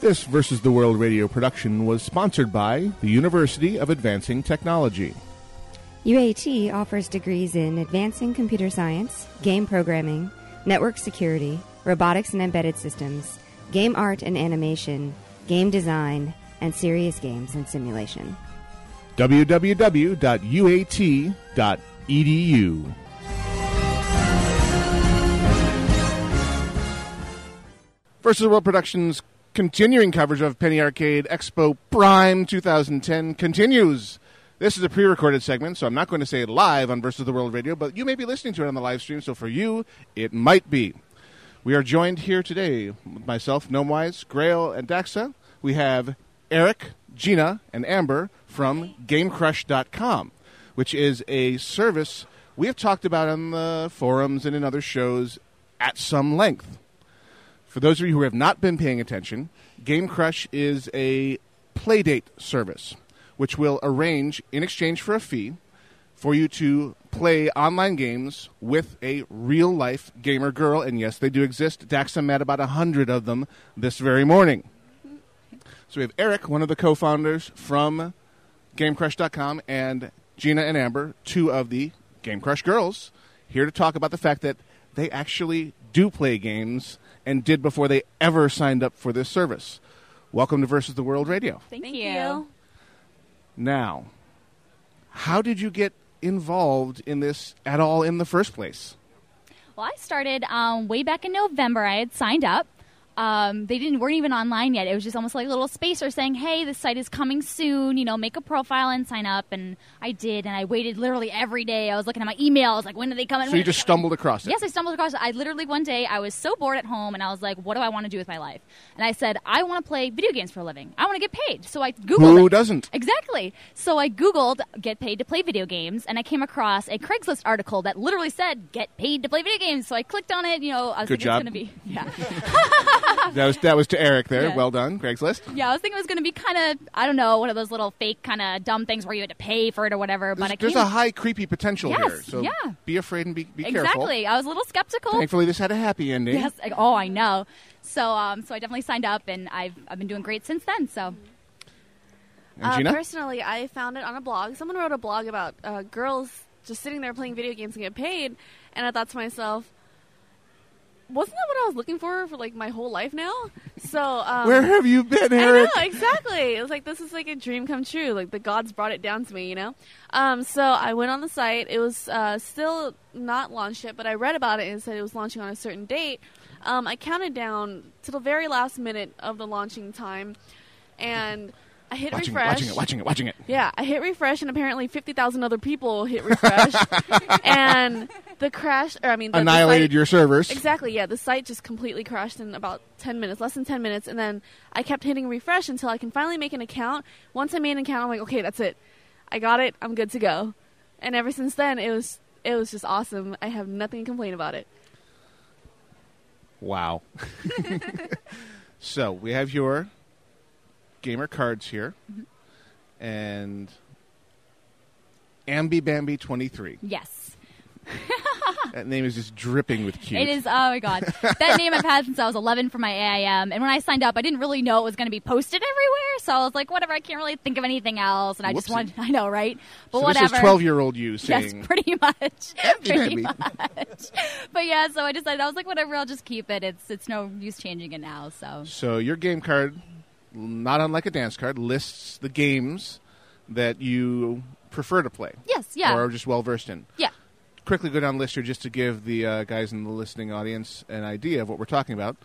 This Versus the World radio production was sponsored by the University of Advancing Technology. UAT E offers degrees in advancing computer science, game programming, network security, robotics and embedded systems, game art and animation, game design, and serious games and simulation. E www.uat.edu. Versus the World Productions continuing coverage of Penny Arcade Expo Prime 2010 continues. This is a pre recorded segment, so I'm not going to say it live on Versus the World Radio, but you may be listening to it on the live stream, so for you, it might be. We are joined here today with myself, Gnomewise, Grail, and Daxa. We have Eric, Gina, and Amber from GameCrush.com, which is a service we have talked about on the forums and in other shows at some length. For those of you who have not been paying attention, Game Crush is a playdate service which will arrange, in exchange for a fee, for you to play online games with a real life gamer girl. And yes, they do exist. Daxa met about 100 of them this very morning. So we have Eric, one of the co founders from GameCrush.com, and Gina and Amber, two of the Game Crush girls, here to talk about the fact that they actually do play games and did before they ever signed up for this service. Welcome to Versus the World Radio. Thank, Thank you. you. Now, how did you get involved in this at all in the first place? Well, I started um, way back in November. I had signed up. Um, they didn't weren't even online yet. It was just almost like a little spacer saying, "Hey, this site is coming soon. You know, make a profile and sign up." And I did, and I waited literally every day. I was looking at my emails, like, "When do they come?" in? So When you do they just come in?" stumbled across it. Yes, I stumbled across it. I literally one day I was so bored at home, and I was like, "What do I want to do with my life?" And I said, "I want to play video games for a living. I want to get paid." So I googled. Who it. doesn't? Exactly. So I Googled get paid to play video games, and I came across a Craigslist article that literally said get paid to play video games. So I clicked on it. You know, I was Good thinking job. it's going to be yeah, That was that was to Eric there. Yeah. Well done, Craigslist. yeah. I was thinking it was going to be kind of I don't know one of those little fake kind of dumb things where you had to pay for it or whatever. There's, But I there's came a high creepy potential Yes, here, so yeah. be afraid and be, be exactly. careful. I was a little Oh. skeptical. Thankfully, this had a happy ending. Yes. I- Oh, I know. So um, so I definitely signed up, and I've I've been doing great since then. So And Gina, Uh, personally, I found it on a blog. Someone wrote a blog about uh, girls just sitting there playing video games and get paid, and I thought to myself, wasn't that what I was looking for for like my whole life now? So um, where have you been, I know Eric? exactly. It was like this is like a dream come true. Like the gods brought it down to me, you know. Um, so I went on the site. It was uh, still not launched yet, but I read about it and it said it was launching on a certain date. Um, I counted down to the very last minute of the launching time, and I hit Watching it, refresh. watching it, watching it, watching it. Yeah, I hit refresh, and apparently fifty thousand other people hit refresh, and the crash. Or I mean, the, the Annihilated site- your servers. Exactly. Yeah, the site just completely crashed in about ten minutes, less than ten minutes, and then I kept hitting refresh until I can finally make an account. Once I made an account, I'm like, okay, that's it. I got it. I'm good to go. And ever since then, it was it was just awesome. I have nothing to complain about it. Wow. so we have your gamer cards here, Mm-hmm. and Ambi Bambi twenty three. yes. That name is just dripping with cute. It is. Oh my god, that name I've had since I was 11 for my AIM, and when I signed up, I didn't really know it was going to be posted everywhere. So I was like, whatever. I can't really think of anything else, and I just Whoopsie. wanted. I know, right? But So whatever. This is twelve year old you Yes, saying. pretty much. pretty Bambi. much. But yeah, so I decided I was like, whatever. I'll just keep it. It's it's no use changing it now. So So your game card, not unlike a dance card, lists the games that you prefer to play. yes, yeah, Or are just well versed in. yeah. Quickly go down the list here just to give the uh, guys in the listening audience an idea of what we're talking about.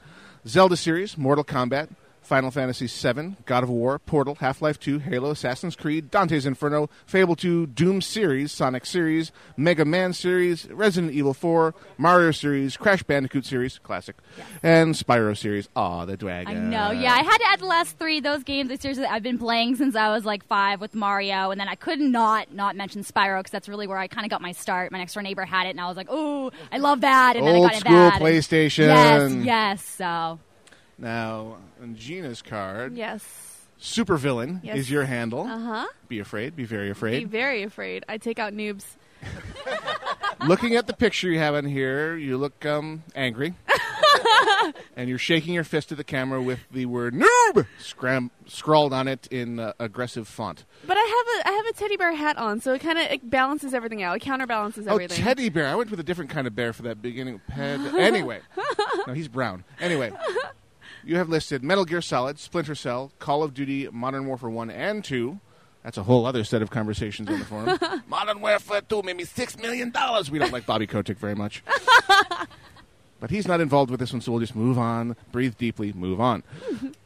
Zelda series, Mortal Kombat, Final Fantasy VII, God of War, Portal, Half Life 2, Halo, Assassin's Creed, Dante's Inferno, Fable 2, Doom series, Sonic series, Mega Man series, Resident Evil 4, Mario series, Crash Bandicoot series, classic, and Spyro series. Aw, the I dragon. know. Yeah, I had to add the last three. Those games, I seriously, I've been playing since I was like five with Mario, and then I could not not mention Spyro because that's really where I kind of got my start. My next door neighbor had it, and I was like, "Ooh, I love that!" And then I Old got it school that. PlayStation. Yes, yes. So Now, on Gina's card, Yes. supervillain Yes. is your handle. Uh huh. Be afraid, be very Be afraid. very afraid. I take out noobs. Looking at the picture you have in here, you look um, angry. and you're shaking your fist at the camera with the word noob scram- scrawled on it in uh, aggressive font. But I have a I have a teddy bear hat on, so it kind of it balances everything out. It counterbalances everything. Oh, teddy bear. I went with a different kind of bear for that beginning. Ped. anyway, no, he's brown. Anyway, you have listed Metal Gear Solid, Splinter Cell, Call of Duty, Modern Warfare One and Two. That's a whole other set of conversations on the forum. Modern Warfare Two made me six million dollars. We don't like Bobby Kotick very much. But he's not involved with this one, so we'll just move on, breathe deeply, move on.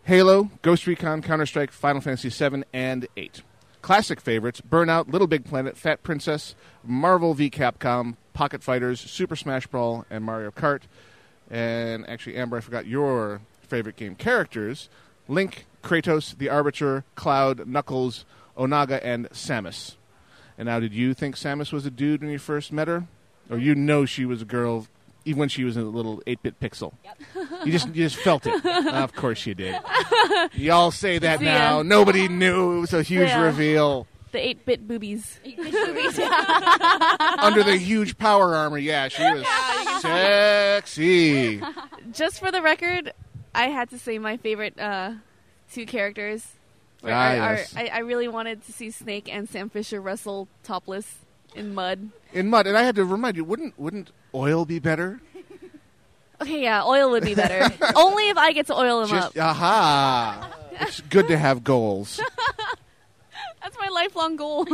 Halo, Ghost Recon, Counter Strike, Final Fantasy VII, and 8. Classic favorites Burnout, Little Big Planet, Fat Princess, Marvel v. Capcom, Pocket Fighters, Super Smash Brawl, and Mario Kart. And actually, Amber, I forgot your favorite game characters Link, Kratos, The Arbiter, Cloud, Knuckles, Onaga, and Samus. And now, did you think Samus was a dude when you first met her? Or you know she was a girl even when she was a little 8-bit pixel. You just you just felt it. of course you did. Y'all say that See ya. now. Nobody knew. It was a huge Yeah. reveal. the eight bit boobies. Under the huge power armor, yeah, she was sexy. Just for the record, I had to say my favorite uh, two characters. were- Ah, are- are- yes. I, I really wanted to see Snake and Sam Fisher wrestle topless in mud. In mud, and I had to remind you, wouldn't wouldn't oil be better? Okay, yeah, oil would be better. Only if I get to oil him Just up. aha. It's good to have goals. That's my lifelong goal.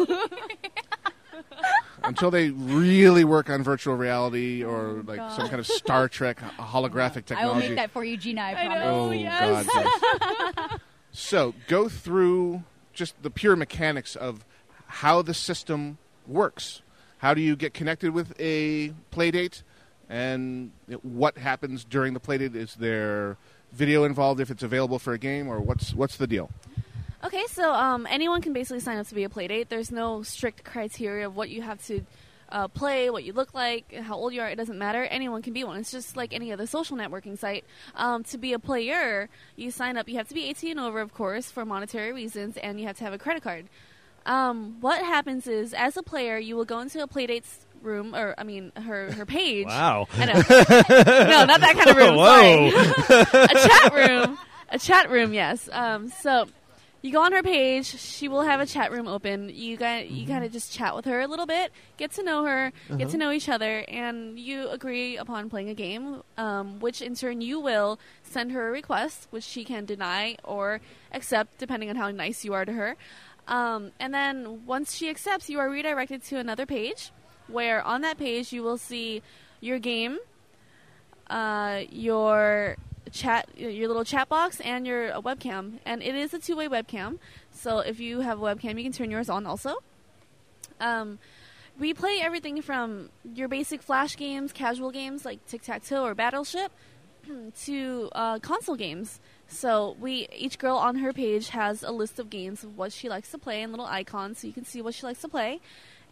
Until they really work on virtual reality or like some kind of Star Trek holographic technology. Oh I will make that for you, Gina. I I promise. know. Oh, yes. God. yes. so go through just the pure mechanics of how the system works. How do you get connected with a playdate, and what happens during the playdate? Is there video involved if it's available for a game, or what's what's the deal? Okay, so um, anyone can basically sign up to be a playdate. There's no strict criteria of what you have to uh, play, what you look like, how old you are. It doesn't matter. Anyone can be one. It's just like any other social networking site. Um, to be a player, you sign up. You have to be 18 and over, of course, for monetary reasons, and you have to have a credit card. Um, what happens is, as a player, you will go into a playdate's room, or I mean, her her page. Wow. I know. no, not that kind of room. sorry Whoa. a chat room. A chat room, yes. Um, so you go on her page. She will have a chat room open. You got you kind of just chat with her a little bit, get to know her, get to know each other, and you agree upon playing a game, um, which in turn you will send her a request, which she can deny or accept depending on how nice you are to her. Um, and then once she accepts, you are redirected to another page, where on that page you will see your game, uh, your chat your little chat box and your uh, webcam and it is a two-way webcam so if you have a webcam you can turn yours on also um, we play everything from your basic flash games casual games like tic-tac-toe or battleship to uh, console games so we each girl on her page has a list of games of what she likes to play and little icons so you can see what she likes to play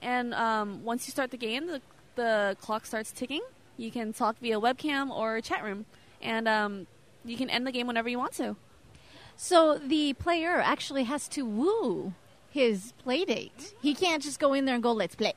and um, once you start the game the, the clock starts ticking you can talk via webcam or chat room, and um, you can end the game whenever you want to. So the player actually has to woo his playdate. He can't just go in there and go, let's play.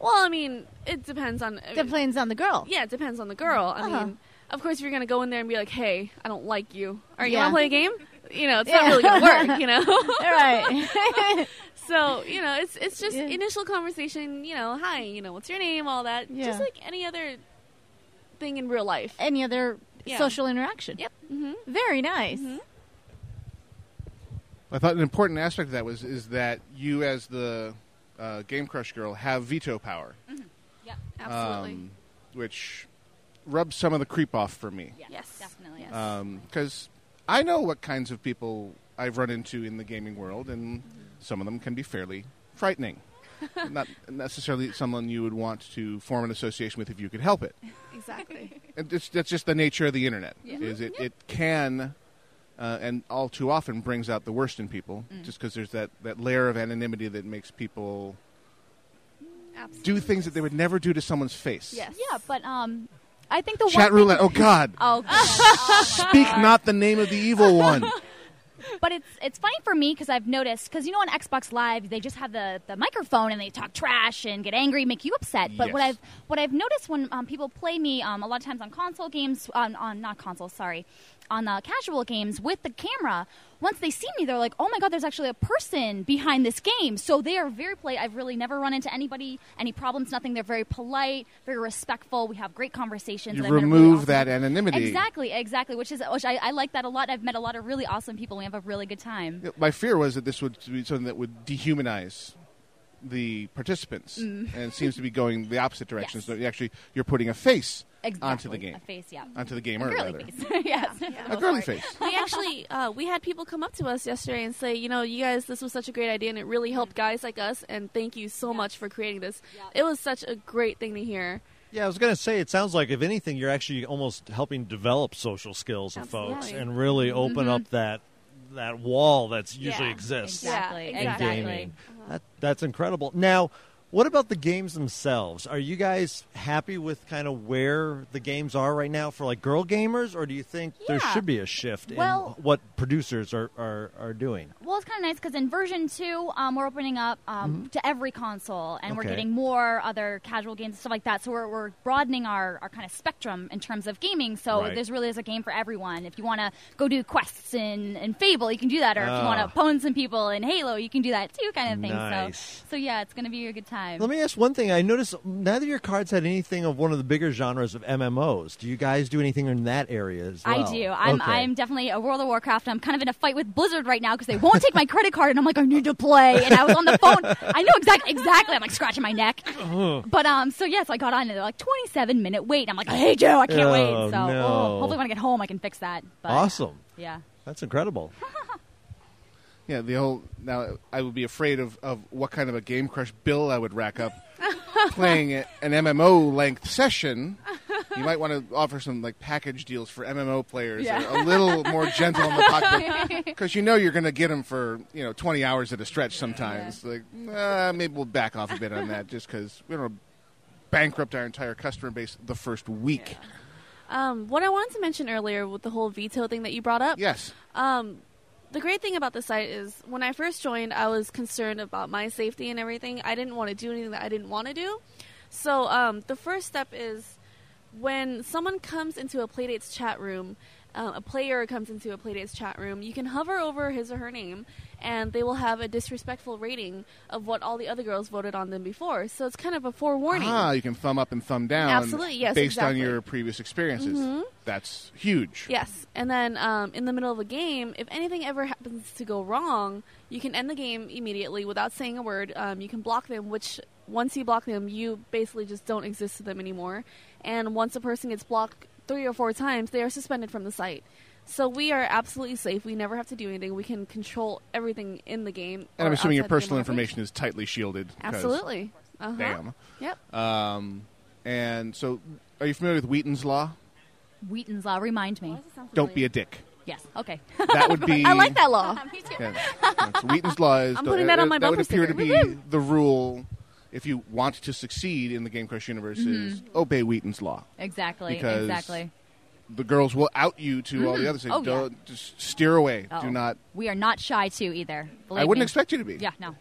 Well, I mean, it depends on. I mean, Depends on the girl. yeah, it depends on the girl. I Uh-huh. mean, of course, if you're gonna go in there and be like, "Hey, I don't like you. Are you want Yeah. to play a game?" You know, it's Yeah. not really gonna work. You know. All right. So you know, it's it's just Yeah. initial conversation. You know, hi, you know, what's your name, all that, Yeah. just like any other thing in real life. Any other Yeah. social interaction? Yep. Mm-hmm. hmm Very nice. I thought an important aspect of that was is that you as the uh, Game Crush girl have veto power, Absolutely. um, which rubs some of the creep off for me. yes. Definitely. Yes. Uh, because I know what kinds of people I've run into in the gaming world, and Mm-hmm. some of them can be fairly frightening. Not necessarily someone you would want to form an association with if you could help it. exactly. And it's, that's just the nature of the internet. Yeah. Is it, it can, uh, and all too often brings out the worst in people, Mm. just because there's that, that layer of anonymity that makes people Mm, Absolutely. do things that they would never do to someone's face. Yes. Yeah, but um, I think the Chat one roulette. Oh God! Thing- oh, God. Speak not the name of the evil one. but it's it's funny for me because I've noticed because you know on Xbox Live they just have the, the microphone and they talk trash and get angry, make you upset. But what Yes. I've what I've noticed when um, people play me um, a lot of times on console games on, on not console sorry on uh, casual games with the camera. Once they see me, they're like, "Oh my god, there's actually a person behind this game." So they are very polite. I've really never run into anybody, any problems, nothing. They're very polite, very respectful. We have great conversations. You and I've met a really remove awesome- that anonymity. Exactly, exactly. Which is which I, I like that a lot. I've met a lot of really awesome people. and We have a really good time. My fear was that this would be something that would dehumanize the participants, and it seems to be going the opposite direction. Mm. Yes. So actually, you're putting a face Exactly. onto the game, A face, yeah. onto the gamer, Girly rather. face. yes. a girly face. we actually uh, we had people come up to us yesterday and say, you know, you guys, this was such a great idea, and it really helped guys like us. And thank you so much for creating this. It was such a great thing to hear. Yeah, I was going to say, it sounds like, if anything, you're actually almost helping develop social skills of folks Absolutely. and really Mm-hmm. open up that that wall that's usually Yeah, exists Exactly. Yeah, in exactly. gaming. That, that's incredible. Now, what about the games themselves? Are you guys happy with kind of where the games are right now for like girl gamers, or do you think there Yeah. should be a shift Well- in what producers are, are, are doing? Well, it's kind of nice because in version two, um, we're opening up um, to every console, and we're Okay. getting more other casual games and stuff like that. So we're, we're broadening our, our kind of spectrum in terms of gaming. So Right. there's really is a game for everyone. If you want to go do quests in, in Fable, you can do that, or if you Ah. want to pwn some people in Halo, you can do that too, kind of thing. Nice. So, so yeah, it's going to be a good time. Let me ask one thing. I noticed neither of your cards had anything of one of the bigger genres of MMOs. Do you guys do anything in that area as well? I do. I'm, Okay. I'm definitely a World of Warcraft. I'm kind of in a fight with Blizzard right now because they won't take my credit card, and I'm like, I need to play. And I was on the phone. I know exactly, exactly. I'm like scratching my neck. but um, so yes, I got on. and They're like 27 minute wait. I'm like, I hate you. I can't Oh, wait. So no. oh, hopefully when I get home, I can fix that. But, awesome. Yeah. That's incredible. Yeah, the whole now I would be afraid of, of what kind of a game crush bill I would rack up playing a- an MMO length session. You might want to offer some like package deals for MMO players that are a little more gentle on the pocket because you know you're going to get them for you know 20 hours at a stretch sometimes. Like uh, maybe we'll back off a bit on that just because we don't wanna bankrupt our entire customer base the first week. Um, what I wanted to mention earlier with the whole veto thing that you brought up. Yes, Um, the great thing about the site is when I first joined, I was concerned about my safety and everything. I didn't want to do anything that I didn't want to do. So um, the first step is when someone comes into a Playdates chat room, um, a player comes into a Playdates chat room, you can hover over his or her name, and they will have a disrespectful rating of what all the other girls voted on them before. So it's kind of a forewarning. ah, you can thumb up and thumb down Absolutely, yes, based exactly. Mm-hmm. on your previous experiences. That's huge. Yes, and then um, in the middle of a game, if anything ever happens to go wrong, you can end the game immediately without saying a word. Um, you can block them, which once you block them, you basically just don't exist to them anymore. And once a person gets blocked three or four times, they are suspended from the site. So we are absolutely safe. We never have to do anything. We can control everything in the game. And I'm or assuming your outside the game personal application. information is tightly shielded. 'cause Absolutely. Uh-huh. Damn. Yep. Um, and so, are you familiar with Wheaton's Law? Wheaton's Law, remind me. Don't be a dick. Yes. Okay. That would be. I like that law. me too. Yeah. That's- Wheaton's Law is. I'm don't- putting that on uh, my That would bumper appear to be sticker. the rule if you want to succeed in the Game Crush universe is Mm-hmm. obey Wheaton's Law. Exactly. Because- exactly. The girls will out you to all Mm-hmm. the others. Say, Oh, yeah. don't, just steer away. Oh. Do not. We are not shy too either. I Believe wouldn't me. expect you to be. Yeah. No.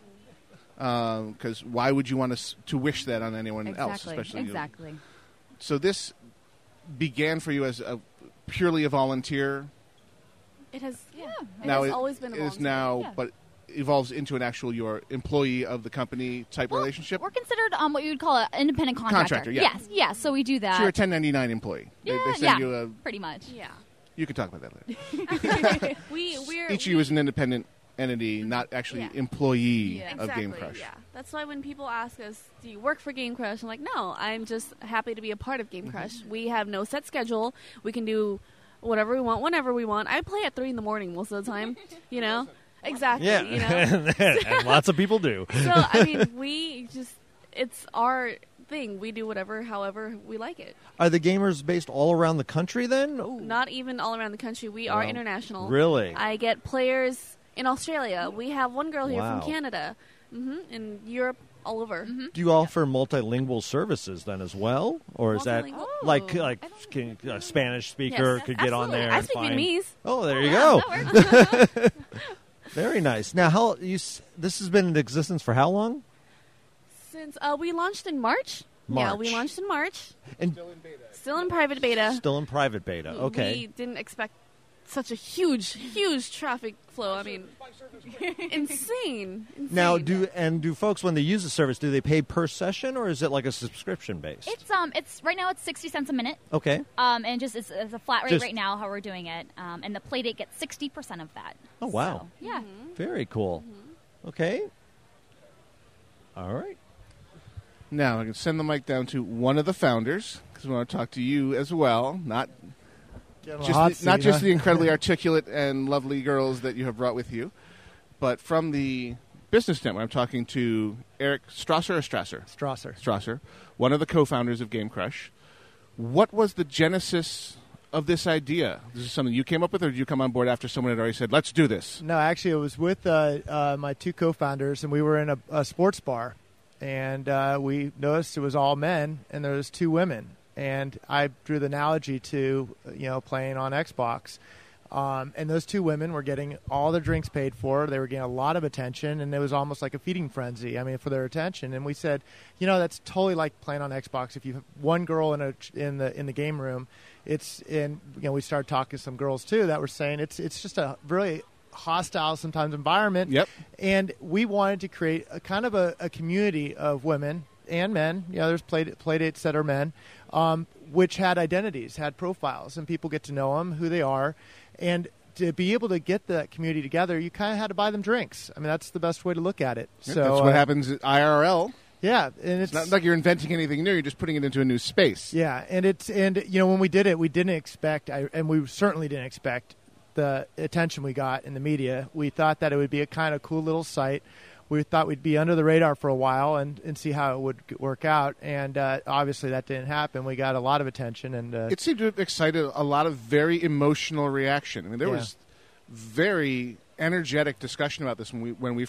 Because why would you want us to wish that on anyone else, Exactly. especially you? exactly. So this began for you as a purely a volunteer It has. Yeah. It now has it always been. a it is volunteer. now, yeah. but evolves into an actual your employee of the company type Well, relationship. We're considered um, what you would call an independent contractor. Contractor, yeah. Yes, yes. So we do that. so you're a 1099 employee. They- yeah, they, send yeah, you a. pretty much. Yeah. You can talk about that later. We we're Each of you is an independent entity, not actually Yeah. employee Yeah. of exactly, Game Crush. Yeah, that's why when people ask us, "Do you work for Game Crush?" I'm like, "No, I'm just happy to be a part of Mm-hmm. Game Crush. We have no set schedule. We can do whatever we want, whenever we want. I play at three in the morning most of the time. You know, exactly. Yeah. You know, and lots of people do. so I mean, we just it's our thing. We do whatever, however we like it. Are the gamers based all around the country then? Not even all around the country. We are Wow. international. Really? I get players in Australia. We have one girl here Wow. Mm-hmm. from Canada. hmm In Europe, all over. Do you offer multilingual services then as well, or is that Multilingual? like Oh, like I don't can, a Spanish speaker Yes, could get on absolutely. there? I and speak find- Vietnamese. Oh, there you Yeah, go. that works. Very nice. Now, how you s- this has been in existence for how long? Since uh, we launched in March. Yeah, we March. launched in March. And Still in private beta. still in private beta. We Okay. didn't expect such a huge, huge traffic flow. I mean, insane, insane. Now, do and do folks when they use the service, do they pay per session or is it like a subscription based? It's um, it's right now it's sixty cents a minute, okay. um, and just it's, it's a flat rate Just- right now how we're doing it, um, and the play date gets sixty percent of that. Oh, wow. So, yeah. Very cool. Okay. All right. Now I can send the mic down to one of the founders because we want to talk to you as well, not just the, not just the incredibly articulate and lovely girls that you have brought with you, but from the business network. I'm talking to Eric Strasser or Strasser. Strasser. Strasser, one of the co-founders of Game Crush. What was the genesis of this idea? This is something you came up with, or did you come on board after someone had already said, "Let's do this"? No, actually, it was with uh, uh, my two co-founders, and we were in a, a sports bar, and uh, we noticed it was all men, and there was two women, and I drew the analogy to you know playing on Xbox, um, and those two women were getting all their drinks paid for, they were getting a lot of attention, and it was almost like a feeding frenzy. I mean, for their attention, and we said, you know, that's totally like playing on Xbox. If you have one girl in a in the in the game room, it's and you know we started talking to some girls too that were saying it's it's just a really hostile sometimes environment. Yep. And we wanted to create a kind of a, a community of women and men. You know, there's play, play dates that are men, um, which had identities, had profiles, and people get to know them, who they are. And to be able to get that community together, you kind of had to buy them drinks. I mean, that's the best way to look at it. so That's what uh, happens at IRL. Yeah, and it's It's not like you're inventing anything new; you're just putting it into a new space. yeah, and it's and you know when we did it, we didn't expect, I, and we certainly didn't expect the attention we got in the media. We thought that it would be a kind of cool little site. We thought we'd be under the radar for a while and, and see how it would g- work out. And uh, obviously that didn't happen. We got a lot of attention and uh, it seemed to have excited a lot of very emotional reaction. I mean, there Yeah. was very energetic discussion about this when we when we